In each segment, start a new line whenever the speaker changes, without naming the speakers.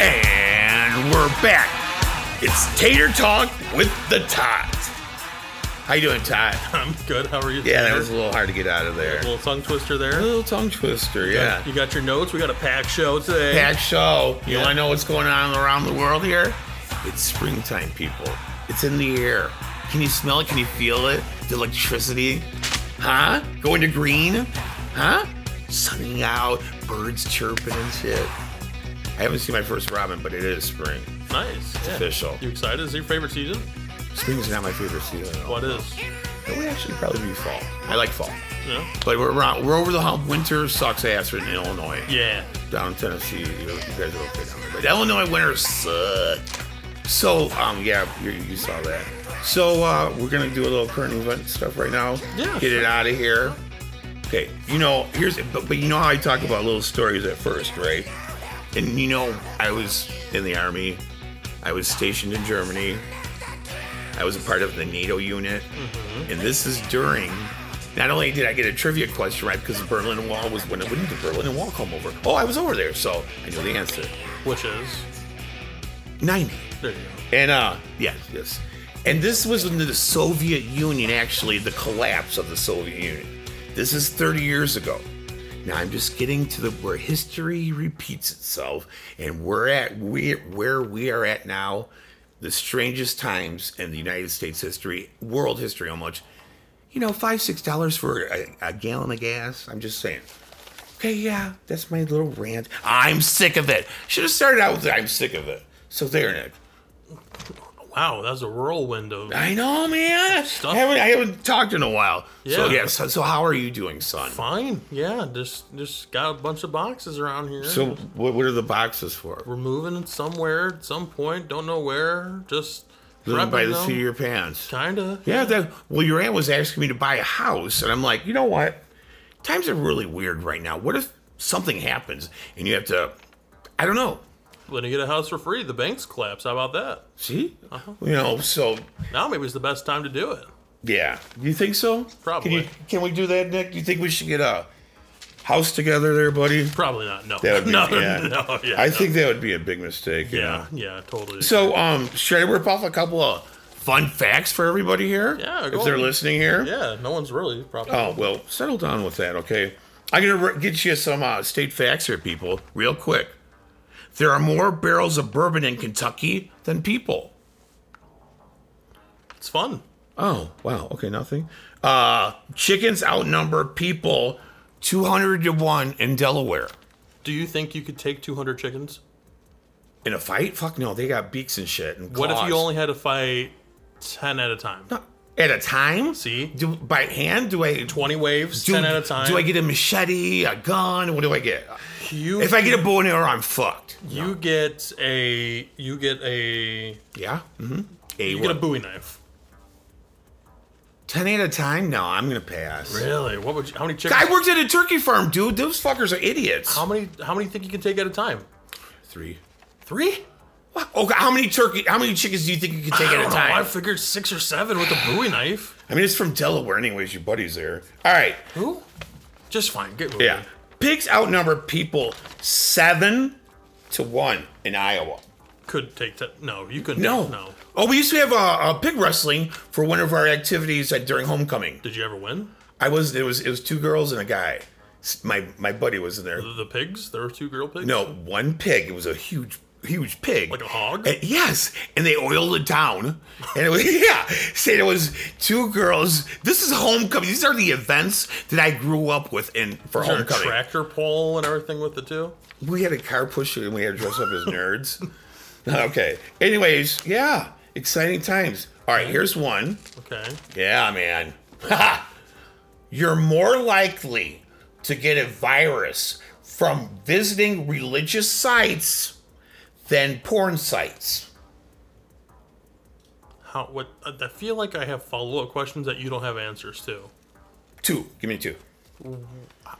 And we're back. It's Tater Talk with the Tot. How you doing, Tot?
I'm good. How are you?
Yeah, that was a little hard to get out of there.
A little tongue twister
A
there.
little tongue twister, yeah.
You got your notes. We got a packed show today.
Packed show. You
Yeah.
want to know what's going on around the world here? It's springtime, people. It's in the air. Can you smell it? Can you feel it? The electricity? Huh? Going to green? Huh? Sunning out, birds chirping and shit. I haven't seen my first robin, but it is spring.
Nice. It's
official.
You excited? Is it your favorite season?
Spring's not my favorite season. at all.
What is?
It would actually probably be fall. I like fall.
Yeah.
But we're around, we're over the hump. Winter sucks ass in Illinois.
Yeah.
Down in Tennessee, you, you guys are okay down there. But Illinois winters suck. So, um, yeah, you, you saw that. So, uh, we're gonna do a little current event stuff right now.
Yeah,
Get it
sure.
out of here. Okay. You know, here's but, but you know how I talk about little stories at first, right? And you know, I was in the army. I was stationed in Germany. I was a part of the NATO unit. And this is during. Not only did I get a trivia question right because the Berlin Wall was when when did the Berlin Wall come over? Oh, I was over there, so I knew the answer.
Which is?
Ninety.
There you
And uh, yes, yes. And this was in the Soviet Union, actually, the collapse of the Soviet Union. This is 30 years ago. Now I'm just getting to the where history repeats itself, and we're at we where we are at now, the strangest times in the United States history, world history, almost. You know, five six dollars for a, a gallon of gas. I'm just saying. Okay, yeah, that's my little rant. I'm sick of it. Should have started out with I'm sick of it. So there, Nick.
go. Wow, that was a whirlwind of.
I know, man.
Stuff.
I haven't I haven't talked in a while. So
Yeah.
yeah. So, so how are you doing, son?
Fine. Yeah. Just just got a bunch of boxes around here.
So what, what are the boxes for?
we're moving somewhere at some point. Don't know where. Just
Living by
prepping
the seat of
them.
your pants.
Kinda.
Yeah. That, well, your aunt was asking me to buy a house, and I'm like, you know what? Times are really weird right now. What if something happens and you have to? I don't know.
When you get a house for free, the banks collapse. How about that?
See?
Uh-huh.
You know. So
Now maybe it's the best time to do it.
yeah. You think so?
Probably.
Can, you, can we do that, Nick? Do you think we should get a house together, there, buddy?
Probably not. No.
That would be,
no,
yeah.
no. Yeah.
I
no.
think that would be a big mistake. you know?
Yeah. Yeah. Totally.
So, um, should I rip off a couple of fun facts for everybody here?
Yeah,
if
go
they're
on.
listening here.
Yeah, no one's really probably.
Oh well, settle down with that, okay? I'm gonna re- get you some uh, state facts here, people, real quick. There are more barrels of bourbon in Kentucky than people.
It's fun.
Oh wow, okay, nothing. Uh, chickens outnumber people 200 to one in Delaware.
Do you think you could take 200 chickens?
In a fight? Fuck no, they got beaks and shit. And
What if you
claws.
only had to fight 10 at a time?
at a time?
See?
do, by hand? Do I
20 waves,
Do-
10 at a time.
Do I get a machete, a gun? What do I get?
you,
If I get a bow and arrow, I'm fucked.
you get a you get a you
Yeah. Mm-hmm. A
get a
what?
Bowie knife.
ten at a time? No, I'm gonna pass.
Really? What would you, how many chickens?
I worked at a turkey farm, dude. Those fuckers are idiots.
how many how many think you can take at a time?
Three.
3?
What? Okay, how many turkey? How many chickens do you think you can take
I
at a
don't know.
time?
I figured 6 or 7 with a Bowie knife.
I mean, it's from Delaware, anyways. Your buddy's there. All right.
Who? Just fine. Get moving.
Yeah. Pigs outnumber people seven to one in Iowa.
Could take t- No, you couldn't.
No.
No.
Oh, we used to have uh, uh, pig wrestling for one of our activities at, during homecoming.
Did you ever win?
I was it was it was two girls and a guy. S- My my buddy was in there.
The, the pigs? There were two girl pigs?
No, one pig. It was a huge huge pig.
Like a hog?
And- yes, and they oiled it down. And it was yeah. Say it was two girls. This is homecoming. These are the events that I grew up with in for
Is there a
homecoming.
tractor pole and everything with the two?
We had a car pusher and we had to dress up as nerds. Okay. Anyways, yeah. Exciting times. All right, here's one.
Okay.
Yeah, man. You're more likely to get a virus from visiting religious sites than porn sites.
How? What? I feel like I have follow up questions that you don't have answers to.
Two. Give me two.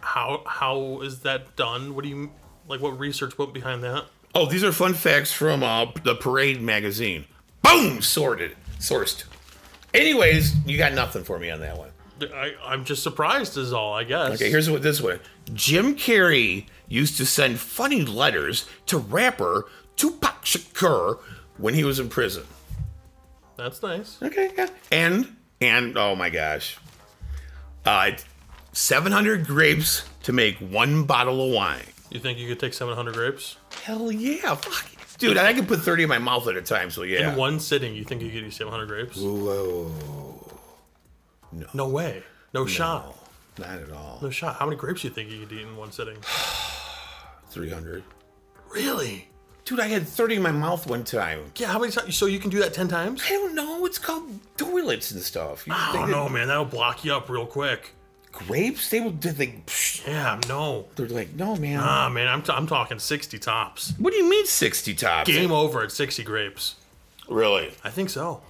How? How is that done? What do you like? What research went behind that?
Oh, these are fun facts from uh, the Parade magazine. Boom, sorted, sourced. Anyways, you got nothing for me on that one.
I, I'm just surprised is all. I guess.
Okay, here's what this one. Jim Carrey used to send funny letters to rapper Tupac Shakur when he was in prison.
That's nice.
Okay, yeah. And and oh my gosh, uh, 700 grapes to make one bottle of wine.
You think you could take 700 grapes
Hell yeah, fuck, it. dude! I can put 30 in my mouth at a time. So yeah.
in one sitting? You think you could eat 700 grapes?
Whoa,
No way. No, shot.
not at all.
No shot. How many grapes do you think you could eat in one sitting?
300.
really?
Dude, I had 30 in my mouth one time.
Yeah. How many times? So you can do that 10 times?
I don't know. It's called toilets and stuff. You
I
think
don't
that
know, man. That'll block you up real quick.
Grapes? They will. Did they? psh,
Yeah, no.
They're like, no, man.
Ah, man, I'm, t- I'm talking 60 tops.
what do you mean 60 tops?
Game over at 60 grapes.
Really?
I think so.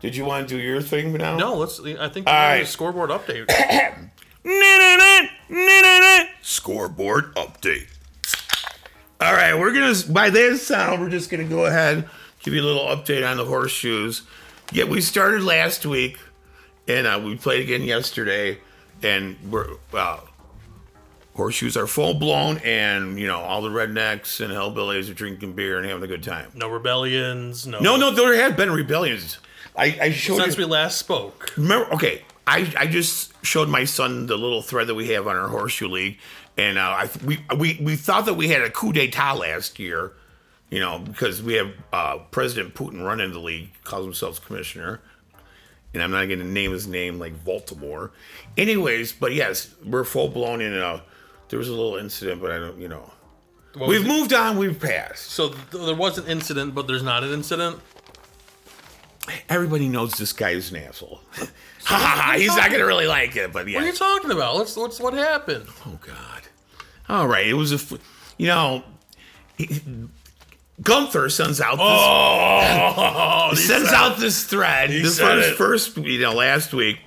Did you want to do your thing now?
No, let's. I think
All
we're
right.
a scoreboard update.
Na-na-na, na-na-na. Scoreboard update. All right, we're gonna by that sound, we're just gonna go ahead give you a little update on the horseshoes. Yeah, we started last week, and uh, we played again yesterday, and we're uh, horseshoes are full blown, and you know all the rednecks and hellbillies are drinking beer and having a good time.
No rebellions. No.
No, no, there have been rebellions. I, I showed you-
Since we last spoke,
Remember, okay, I, I just showed my son the little thread that we have on our horseshoe league, and uh, I, we, we we thought that we had a coup d'état last year, you know, because we have uh, President Putin running the league, calls himself commissioner, and I'm not going to name his name like Baltimore. Anyways, but yes, we're full blown in. A, there was a little incident, but I don't, you know,
What was
we've
it?
moved on, we've passed.
so th- there was an incident, but there's not an incident.
Everybody knows this guy is an asshole. ha ha ha! He's not going to really like it, but yeah.
What are you talking about? Let's. What's what happened?
Oh God! All right, it was a, f- you know, he- Gunther sends out this
Oh,
sends out this thread. This
said
first,
it.
first, you know, last week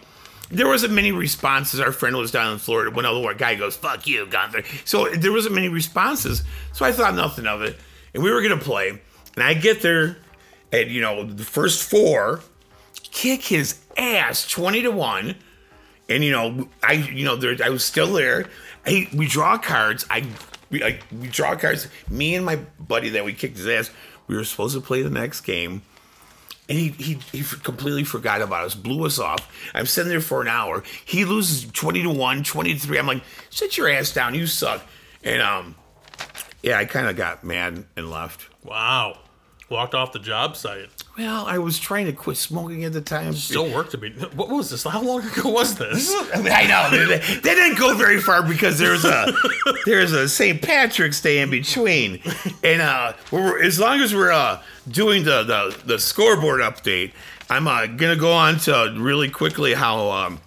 there wasn't many responses. Our friend was down in Florida. One other guy goes, "Fuck you, Gunther." So there wasn't many responses. So I thought nothing of it, and we were gonna play. And I get there, and you know, the first four kick his ass twenty to one. And you know, I you know, there, I was still there. I, we draw cards. I we, I we draw cards. Me and my buddy that we kicked his ass. We were supposed to play the next game and he, he he f- completely forgot about us, blew us off. I'm sitting there for an hour. He loses 20 to 1, 20 to 3. I'm like, sit your ass down, you suck. And um yeah, I kind of got mad and left.
Wow. Walked off the job site.
Well, I was trying to quit smoking at the time.
Still work to be. What was this? How long ago was this?
I know they, they didn't go very far because there's a there's a St. Patrick's Day in between, and uh, we're, as long as we're uh, doing the, the the scoreboard update, I'm uh, gonna go on to really quickly how um,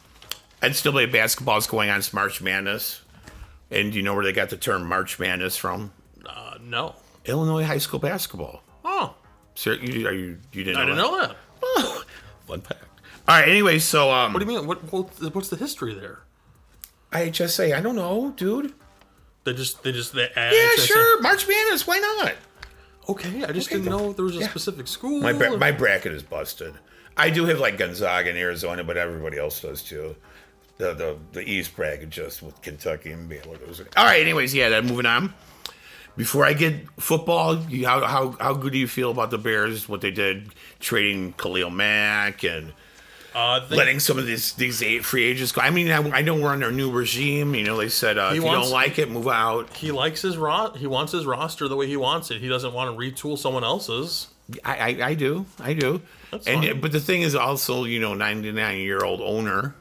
NCAA basketball is going on. It's March Madness, and you know where they got the term March Madness from?
Uh, no.
Illinois high school basketball.
Oh,
Sir, you, are you you didn't?
I didn't
that?
know that.
Fun fact. All right. Anyway, so um,
What do you mean? What, what what's the history there?
IHSA. I don't know, dude.
They just they just they add
Yeah,
access in-
sure. March Madness. Why not?
Okay, I just
Okay,
didn't
then.
know there was a
Yeah.
specific school.
My bra- my bracket is busted. I do have like Gonzaga in Arizona, but everybody else does too. The the, the East bracket just with Kentucky and Baylor. Those are- All right. Anyways, yeah. Then moving on. Before I get football, you, how, how how good do you feel about the Bears? What they did trading Khalil Mack and
uh, they,
letting some of these these eight free agents go. I mean, I, I know we're under a new regime. You know, they said uh, if you
wants-
don't like it, move out.
he likes his ro- he wants his roster the way he wants it. He doesn't want to retool someone else's.
I, I, I do, I do. and
fine.
but the thing is also, you know, ninety nine year old owner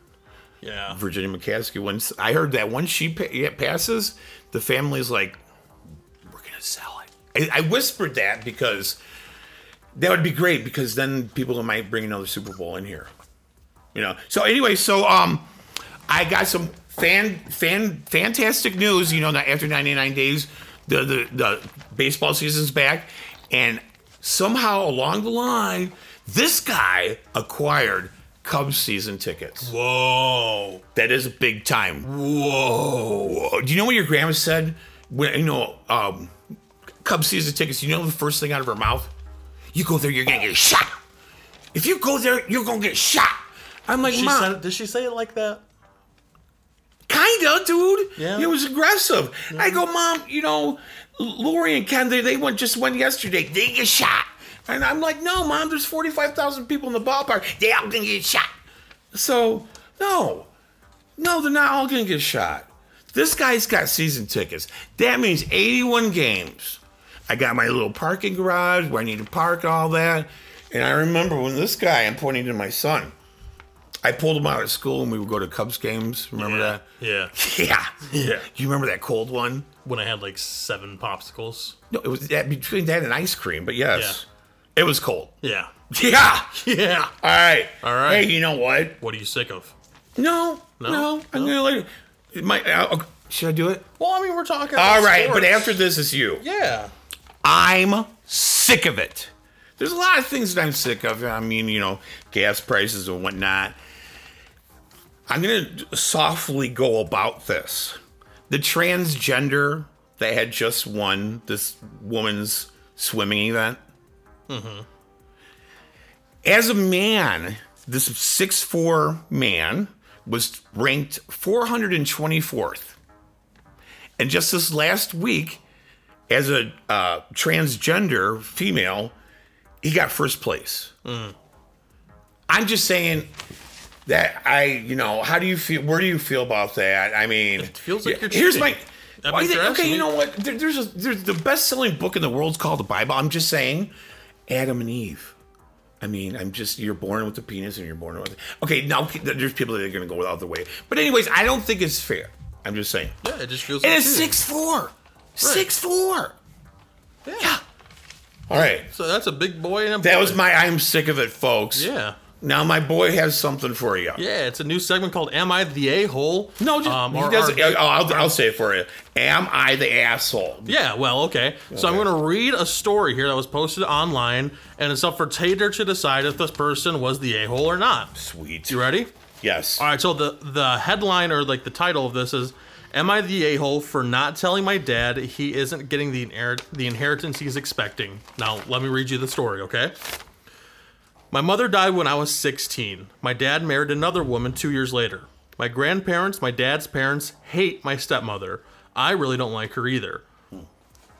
Yeah.
Virginia McCaskey. Once I heard that once she pa- yeah, passes, the family's like, we're gonna sell it. I, I whispered that because that would be great because then people might bring another Super Bowl in here, you know. So anyway, so um, I got some fan fan fantastic news. You know, that after ninety nine days, the the the baseball season's back. And somehow along the line, this guy acquired Cubs season tickets.
Whoa.
That is big time.
Whoa.
Whoa. Do you know what your grandma said? When, you know, um, Cubs season tickets, you know the first thing out of her mouth? You go there, you're going to get shot. If you go there, you're going to get shot. I'm like,
She
Mom,
said, did she say it like that?
kinda, dude.
Yeah.
It was aggressive. I go, Mom, you know, Lori and Ken, they, they went just went yesterday. They get shot. And I'm like, no, Mom, there's 45,000 people in the ballpark. They all gonna get shot. So, no. No, they're not all gonna get shot. This guy's got season tickets. That means 81 games. I got my little parking garage where I need to park and all that. And I remember when this guy, I'm pointing to my son, I pulled him out of school and we would go to Cubs games. Remember that?
Yeah.
Yeah.
Yeah.
You remember that cold one?
When I had like seven popsicles.
No, it was that between that and ice cream, but yes. It was cold.
Yeah.
Yeah.
Yeah.
All right.
All right.
Hey, you know what?
What are you sick of?
No. No.
No?
I'm going
No?
to later. My, uh, okay. Should I do it?
Well, I mean, we're talking.
All right. But after this is you.
Yeah.
I'm sick of it. There's a lot of things that I'm sick of. I mean, you know, gas prices and whatnot. I'm going to softly go about this. The transgender that had just won this woman's swimming event. As a man, this 6'4 man was ranked 424th. And just this last week, as a uh, transgender female, he got first place. Mm. I'm just saying that I, you know, how do you feel? Where do you feel about that? I mean, it
feels like you're
here's
cheating.
my.
That
Why
means
they-
you're
okay, you
absolutely-
know what? There, there's a there's the best-selling book in the world's called the Bible. I'm just saying, Adam and Eve. I mean, I'm just you're born with a penis and you're born with. Okay, now pe- there's people that are going to go out the way, but anyways, I don't think it's fair. I'm just saying.
Yeah, it just feels.
And
like
it's
cheating.
six four. Six four.
Yeah.
All right.
So that's a big boy and a
That
boy.
was my I'm sick of it, folks.
Yeah.
Now my boy has something for you.
Yeah, it's a new segment called "Am I the Um, a hole?"
No, just he
or-
doesn't-
or-
I'll, Um, I'll, I'll say it for you. Am I the asshole?
Yeah, well, okay. So I'm
Okay.
going to read a story here that was posted online, and it's up for Tater to decide if this person was the a hole or not.
Sweet.
You ready?
Yes.
All right. So the the headline or like the title of this is, "Am I the a hole for not telling my dad he isn't getting the inher- the inheritance he's expecting?" Now let me read you the story, okay? My mother died when I was 16. My dad married another woman two years later. My grandparents, my dad's parents, hate my stepmother. I really don't like her either.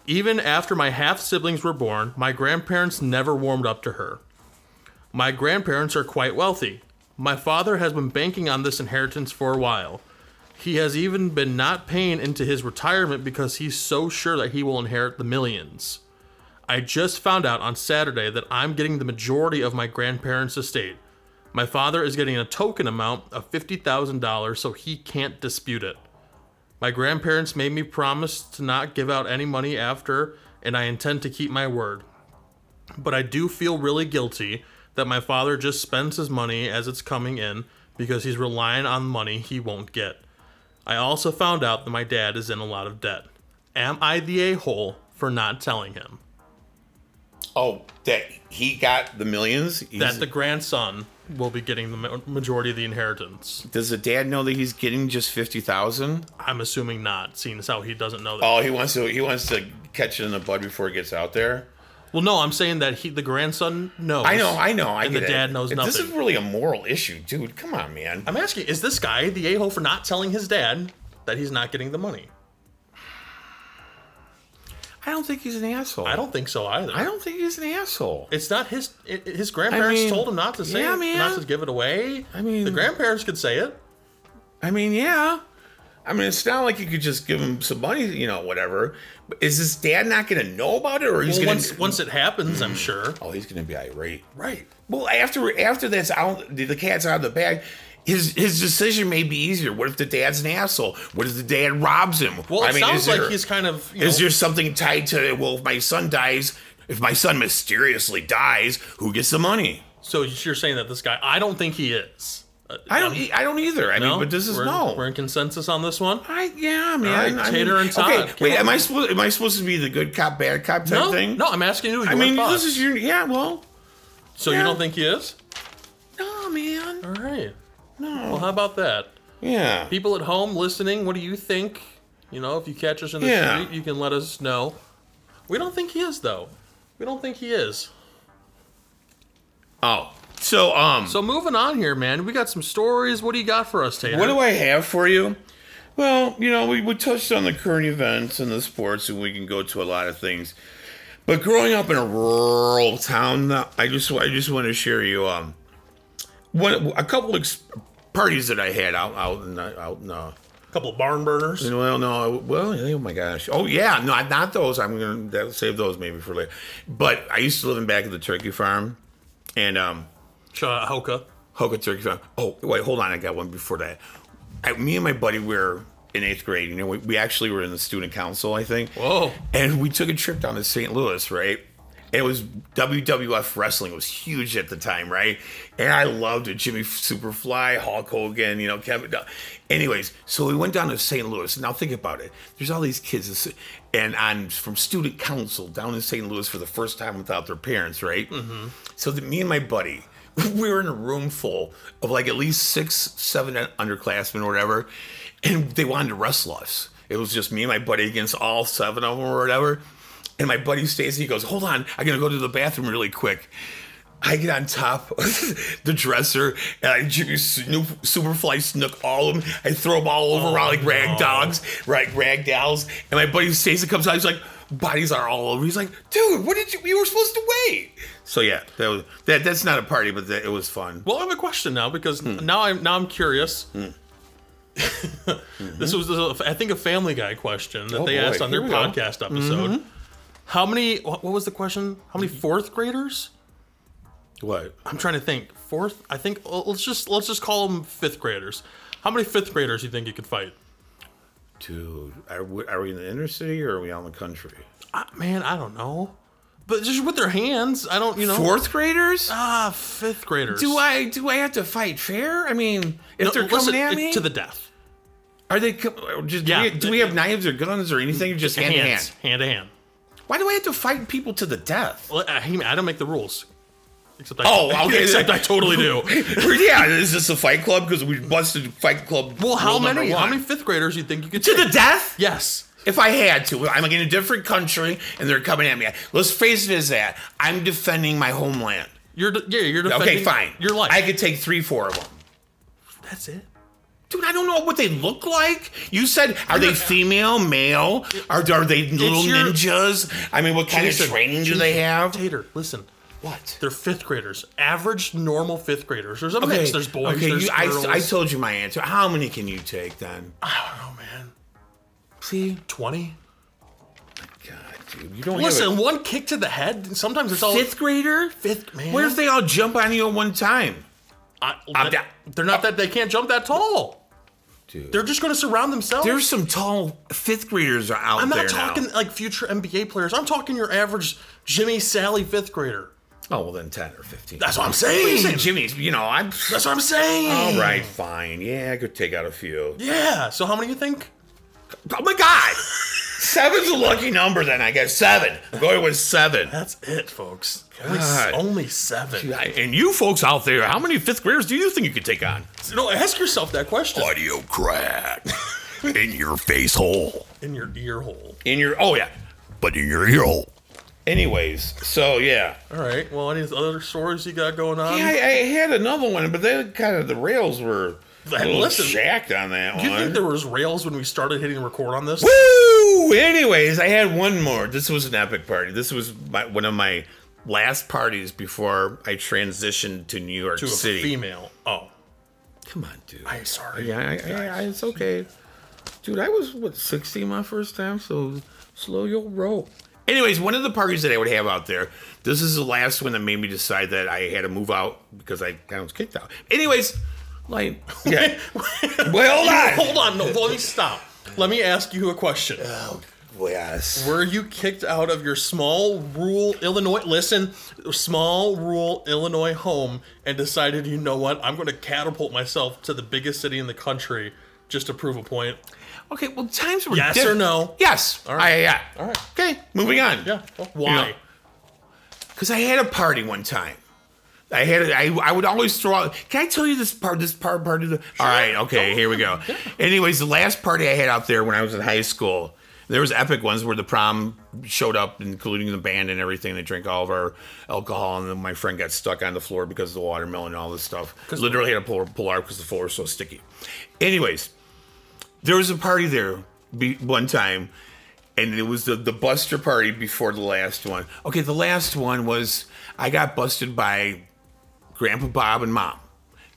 Even after my half siblings were born, my grandparents never warmed up to her. My grandparents are quite wealthy. My father has been banking on this inheritance for a while. He has even been not paying into his retirement because he's so sure that he will inherit the millions. I just found out on Saturday that I'm getting the majority of my grandparents' estate. My father is getting a token amount of $50,000 so he can't dispute it. My grandparents made me promise to not give out any money after, and I intend to keep my word but I do feel really guilty that my father just spends his money as it's coming in because he's relying on money he won't get. I also found out that my dad is in a lot of debt. Am I the a hole for not telling him
Oh, that he got the millions. He's-
that the grandson will be getting the ma- majority of the inheritance?
Does the dad know that he's getting just fifty thousand?
I'm assuming not, seeing as how he doesn't know that.
Oh, he wants to. He wants to catch it in the bud before it gets out there.
Well, no, I'm saying that he, the grandson, knows.
I know. I know. I
And
get
the
it.
dad knows
This is
nothing.
really a moral issue, dude. Come on, man.
I'm asking, is this guy the a hole for not telling his dad that he's not getting the money?
I don't think he's an asshole.
I don't think so either.
I don't think he's an asshole.
It's not his. i- His grandparents
I mean,
told him not to say
yeah,
it,
man.
not to give it away.
I mean-
the grandparents could say it.
I mean, yeah. I mean, it's not like you could just give him some money, you know, whatever. But is his dad not going to know about it, or he's
Well,
going
once once it happens, I'm sure.
Oh, he's going to be irate.
Right.
Well, after after that's out, the the cat's out of the bag. His his decision may be easier. What if the dad's an asshole? What if the dad robs him?
Well, it
is
sounds like
there-
he's kind of. You
Is
know,
there something tied to well, if my son dies, if my son mysteriously dies, who gets the money?
so you're saying that this guy? I don't think he is. Uh,
I don't. e- I don't either. I mean, but this is
we're,
no.
We're in consensus on this one.
I yeah, man.
right,
I
Tater
mean-
and Tot.
Okay, wait. Am I supposed? Am I supposed to be the good cop, bad cop type
No,
thing?
no, I'm asking you.
I mean, this is your. Yeah. Well.
so
yeah.
you don't think he is?
No, man.
All right.
No.
Well, how about that?
yeah.
People at home listening, what do you think? You know, if you catch us in the
Yeah.
street, you can let us know. We don't think he is, though. We don't think he is.
Oh. So um.
So moving on here, man. We got some stories. What do you got for us, Tater?
What do I have for you? Well, you know, we, we touched on the current events and the sports, and we can go to a lot of things. But growing up in a rural town, uh, I just I just want to share you um one a couple ex- parties that I had out out in the- out in uh,
couple barn burners.
well no well oh my gosh oh yeah no not those I'm gonna that'll save those maybe for later. But I used to live in back of the turkey farm, and um
Shout out Hoka.
Hoka Turkey Farm. Oh, wait, hold on. I got one before that. I, me and my buddy were in eighth grade. You know, we, we actually were in the student council, I think.
Whoa.
And we took a trip down to St. Louis, right? And it was WWF wrestling was huge at the time, right? And I loved it. Jimmy Superfly, Hulk Hogan, you know, Kevin. Dun- Anyways, so we went down to St. Louis. Now think about it. There's all these kids, this- and I'm from student council down in St. Louis for the first time without their parents, right? Mm-hmm. So that me and my buddy, we were in a room full of like at least six, seven underclassmen or whatever, and they wanted to wrestle us. It was just me and my buddy against all seven of them or whatever. And my buddy stays and he goes, Hold on, I gotta go to the bathroom really quick. I get on top of the dresser and I Jimmy Snoop, Superfly Snook all of them. I throw them all over around like rag dogs, right? Rag dolls. And my buddy Stacy comes out. He's like, bodies are all over. He's like, dude, what did you? You were supposed to wait. So yeah, that was that. That's not a party, but that, it was fun.
Well, I have a question now because
Hmm.
now I'm now I'm curious. this was a, I think a Family Guy question that
Oh,
they
boy.
asked on their
Here we go. Mm-hmm.
podcast episode. How many? wha- What was the question? How many
Mm-hmm.
fourth graders?
What?
I'm trying to think. Fourth? I think well, let's just let's just call them fifth graders. How many fifth graders you think you could fight?
Dude, are we, are we in the inner city or are we out in the country?
I, man, I don't know. But just with their hands, I don't. You know,
Fourth graders?
ah fifth graders.
Uh, Do I do I have to fight fair? I mean, if
No,
they're
listen,
coming at
it-
me,
to the death?
are they? Com- or just,
Yeah.
do, we, do we have knives or guns or anything? Just hand to hand.
Hands, hand to hand.
Why do I have to fight people to the death?
Well, I, I don't make the rules. Except I,
Oh, okay.
except I totally do.
yeah, is this a fight club? Because we busted fight club.
Well, how
rule number
many? How
one.
many fifth graders you think you could
to the
take?
death?
Yes.
If I had to, I'm like in a different country and they're coming at me. Let's face it, is that I'm defending my homeland.
You're de- yeah. You're defending
Okay, fine.
Your life.
I could take three, four of them.
That's it.
Dude, I don't know what they look like. You said, are they female, male? Are, are they little
your-
ninjas? I mean, what kind
Jason,
of training do
Jason,
they have?
Tater, listen.
What?
They're fifth graders. Average, normal fifth graders. There's a
Okay,
mix. There's boys.
okay,
there's
you, I,
girls.
I told you my answer. How many can you take then?
oh man. See, twenty.
God, dude, you don't have a-
Listen, one kick to the head. Sometimes it's all
fifth grader?
fifth man.
What if they all jump on you at one time?
I,
I'm
that-
da-
they're not that. They can't jump that tall.
Dude.
They're just going to surround themselves.
There's some tall fifth graders are out
I'm
there
not talking
now.
like future NBA players. I'm talking your average Jimmy Sally fifth grader.
Oh well, then ten or fifteen.
That's what I'm
What are you
saying.
saying, Jimmy's. You know, I'm.
That's what I'm saying.
All right, fine. Yeah, I could take out a few.
Yeah. So how many you think?
Oh my God, seven's a lucky number. Then I guess seven. I'm going with seven.
That's it, folks. Only,
God.
only seven.
And you folks out there, how many fifth graders do you think you could take on?
No, ask yourself that question
Audio crack in your face hole.
in your ear hole.
In your oh yeah, but in your ear hole. Anyways, so yeah.
All right. Well, any other stories you got going on?
Yeah, I, I had another one, but then kind of the rails were a
Then
little
listen.
jacked on that
Do you
one.
think there was rails when we started hitting record on this?
Woo! Anyways, I had one more. This was an epic party. This was my, one of my last parties before I transitioned to New York
To a
City.
female. Oh,
Come on, dude.
I'm sorry.
yeah, I, I, I, it's okay, dude. I was what sixty my first time, so slow your roll. Anyways, one of the parties that I would have out there. This is the last one that made me decide that I had to move out because I, I was kicked out. Anyways, like yeah. Well, hold on.
Hold on. No, let me stop. Let me ask you a question.
Yes.
Were you kicked out of your small rural Illinois? Listen, small rural Illinois home, and decided, you know what? I'm going to catapult myself to the biggest city in the country just to prove a point.
Okay, well, times were
Yes
diff-
or no?
Yes. All
right.
right. yeah.
All right.
Okay, moving on.
Yeah. Well, why?
Yeah. Because I had a party one time. I had a, I, I would always throw out. Can I tell you this part? This part, part of the. All right, okay, here we go. Anyways, the last party I had out there when I was in high school, there was epic ones where the prom showed up, including the band and everything. They drank all of our alcohol, and then my friend got stuck on the floor because of the watermelon and all this stuff. Literally had to pull pull out because the floor was so sticky. Anyways, there was a party there be, one time, and it was the, the Buster party before the last one. Okay, the last one was I got busted by Grandpa Bob and Mom.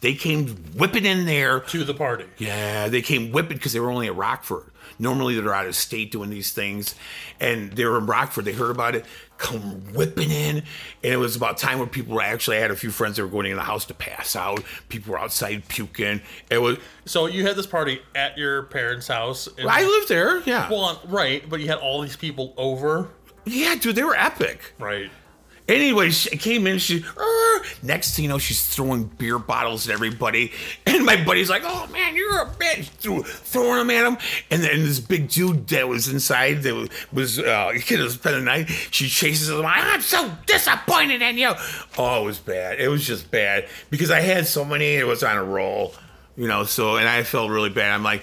They came whipping in there.
To the party.
Yeah, they came whipping because they were only at Rockford. Normally they're out of state doing these things, and they were in Rockford. They heard about it, come whipping in, and it was about time where people were actually. I had a few friends that were going in the house to pass out. People were outside puking. It was.
So you had this party at your parents' house. and-
I lived there. Yeah.
Well, right, but you had all these people over.
Yeah, dude, they were epic.
Right.
Anyway, she came in, she, "Arr!" next thing you know, she's throwing beer bottles at everybody. And my buddy's like, oh man, you're a bitch, Threw, throwing them at him. And then this big dude that was inside, that was, was uh, kid was spending the night, she chases him, I'm so disappointed in you. Oh, it was bad. It was just bad because I had so many, it was on a roll. You know, so and I felt really bad. I'm like,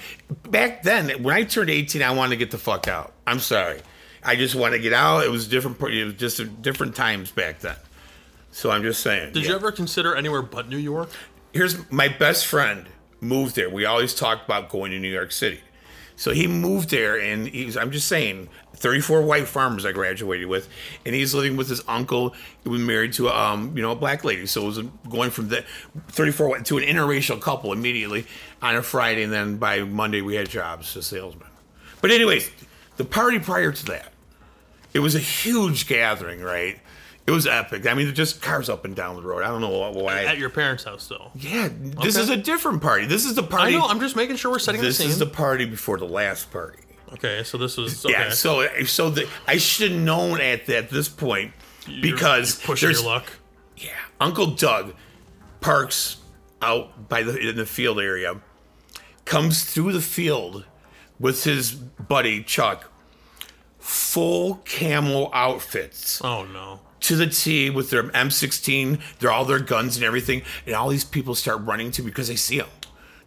back then when I turned 18, I wanted to get the fuck out. I'm sorry, I just wanted to get out. It was different. It was just different times back then. So I'm just saying.
Did
yeah.
you ever consider anywhere but New York?
Here's my best friend moved there. We always talked about going to New York City. So he moved there, and he's. I'm just saying, 34 white farmers I graduated with, and he's living with his uncle. who was married to um, you know, a black lady. So it was going from the 34 white- to an interracial couple immediately on a Friday, and then by Monday we had jobs as salesmen. But anyways, the party prior to that, it was a huge gathering, right? It was epic. I mean, just cars up and down the road. I don't know why.
At your parents' house, though.
Yeah, this
Okay.
is a different party. This is the
I
party.
know. I'm just making sure we're setting
this
the scene.
is the party before the last party.
okay, so this was okay.
Yeah, so so the, I should have known at, at this point
You're-
because
you're pushing your
there's-
luck.
yeah, Uncle Doug parks out by the in the field area, comes through the field with his buddy Chuck, full camo outfits
Oh no.
to the T with their M16, their all their guns and everything, and all these people start running to because they see them.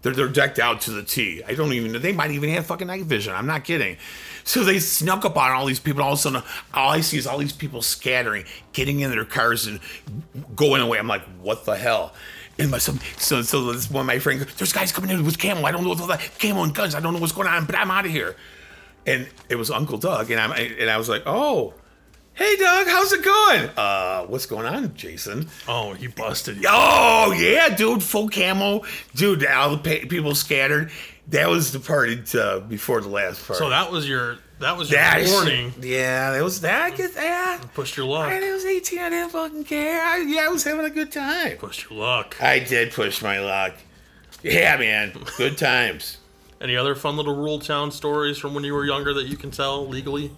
They're, they're decked out to the T. I don't even. They might even have fucking night vision. I'm not kidding. So they snuck up on all these people. All of a sudden, all I see is all these people scattering, getting in their cars and going away. I'm like, what the hell? And my some so so this one of my friends. goes, There's guys coming in with camo. I don't know what the camo and guns. I don't know what's going on, but I'm out of here. And it was Uncle Doug, and I'm and I was like, oh, Hey, Doug, how's it going? Uh, what's going on, Jason?
Oh, he busted. you.
Oh, yeah, dude, full camo. Dude, all the pa- people scattered. That was the party uh, before the last party.
So that was your that was your
That-
warning.
Yeah, that was that. I guess, yeah.
Pushed your
I
luck.
was 18. I didn't fucking care. I, yeah, I was having a good time.
Pushed your luck.
I did push my luck. Yeah, man. Good times.
Any other fun little rural town stories from when you were younger that you can tell legally?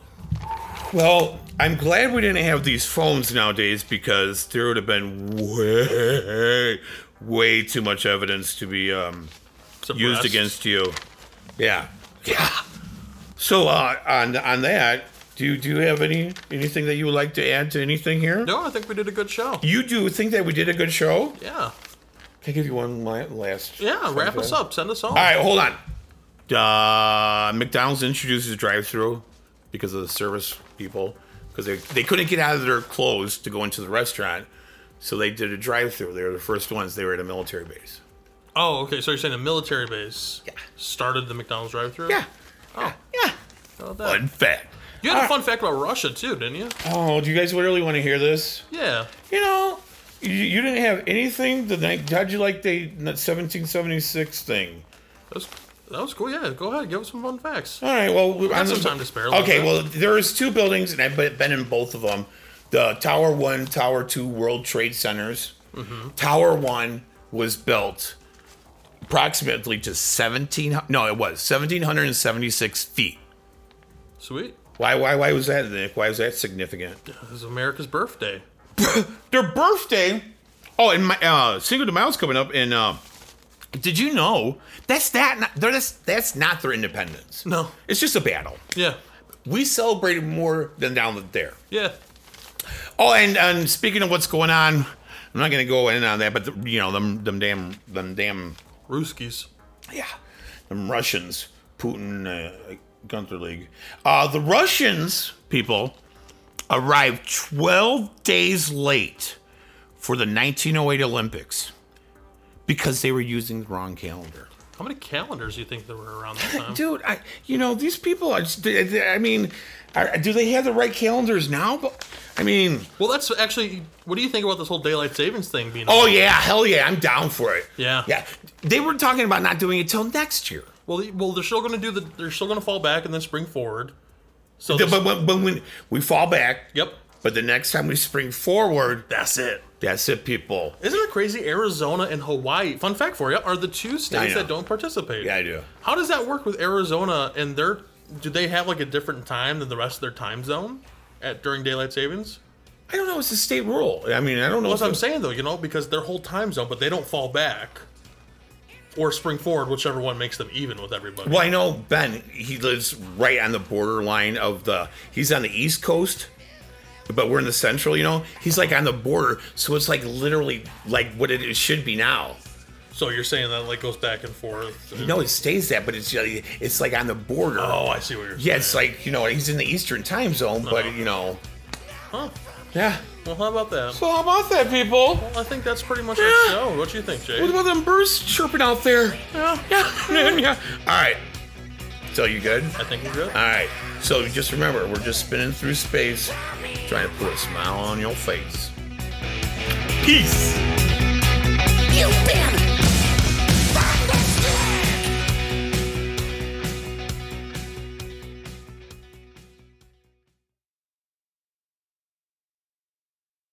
Well, I'm glad we didn't have these phones nowadays because there would have been way, way too much evidence to be um, used
Suppressed.
against you. Yeah, yeah. So uh, on on that, do you, do you have any anything that you would like to add to anything here?
No, I think we did a good show.
You do think that we did a good show?
Yeah.
Can I give you one la- last?
Yeah, wrap
something?
us up. Send us home.
All right, hold on. Uh, McDonald's introduces drive-through because of the service people because they, they couldn't get out of their clothes to go into the restaurant, so they did a drive-through. They were the first ones. They were at a military base.
Oh, okay. So you're saying a military base
Yeah.
started the McDonald's drive-through?
Yeah,
Oh,
yeah.
how about that.
Fun fact.
You had a fun fact about Russia too, didn't you?
Oh, do you guys really want to hear this?
Yeah.
You know, you, you didn't have anything. The night, how'd you like the 1776 thing?
That was, that was cool. Yeah, go ahead. Give us some fun facts.
All right. Well, we
got some time to spare, a little
Okay.
bit.
Well, there is two buildings, and I've been- been in both of them: the Tower One, Tower Two World Trade Centers.
Mm-hmm.
Tower One was built approximately to seventeen. No, it was seventeen hundred and seventy-six feet.
Sweet.
Why, why, why was that, Nick? Why was that significant?
It was America's birthday.
Their birthday. Oh, and my uh, Cinco de Mayo's coming up. And uh, did you know that's that? Not, they're just, that's not their independence.
No.
it's just a battle.
Yeah.
We celebrated more than down there.
Yeah.
Oh, and, and speaking of what's going on, I'm not gonna go in on that, but the, you know them them damn them damn
Ruskies.
yeah them Russians, Putin, uh, Gunther League. Uh, the Russians people arrived 12 days late for the 1908 Olympics because they were using the wrong calendar.
How many calendars do you think there were around that time?
Dude, I you know these people are. Just, they- they- I mean, are, do they have the right calendars now? But I mean.
well, that's actually. What do you think about this whole daylight savings thing being?
Oh yeah, hell yeah, I'm down for it.
Yeah.
Yeah. They were talking about not doing it till next year.
Well, the- well, they're still going to do the. They're still going to fall back and then spring forward. So.
But,
this-
but, when- but when we fall back,
yep.
but the next time we spring forward,
That's it.
that's it, people.
Isn't it crazy? Arizona and Hawaii. Fun fact for you: are the two states
know.
that don't participate.
Yeah, I do.
How does that work with Arizona and their? Do they have like a different time than the rest of their time zone at during daylight savings?
I don't know. It's a state rule. I mean, I don't know.
That's
if
what I'm
the-
saying though, you know, because their whole time zone, but they don't fall back or spring forward, whichever one makes them even with everybody.
Well, I know Ben. He lives right on the borderline of the. He's on the East Coast, but we're in the Central. You know, he's like on the border, so it's like literally like what it, it should be now.
So you're saying that like goes back and forth.
No, it stays that, but it's it's like on the border.
Oh, I see what you're saying. Uh-huh.
Yeah, it's like you know he's in the Eastern time zone, but you know,
Huh.
yeah.
Well, how about that?
So how about that, people?
Well, I think that's pretty much our
Yeah.
show. What do you think, Jay?
What about them birds chirping out there?
Yeah.
Yeah, yeah, yeah. All right. So you good?
I think we're good.
All right. So just remember, we're just spinning through space, trying to put a smile on your face. Peace.
You've been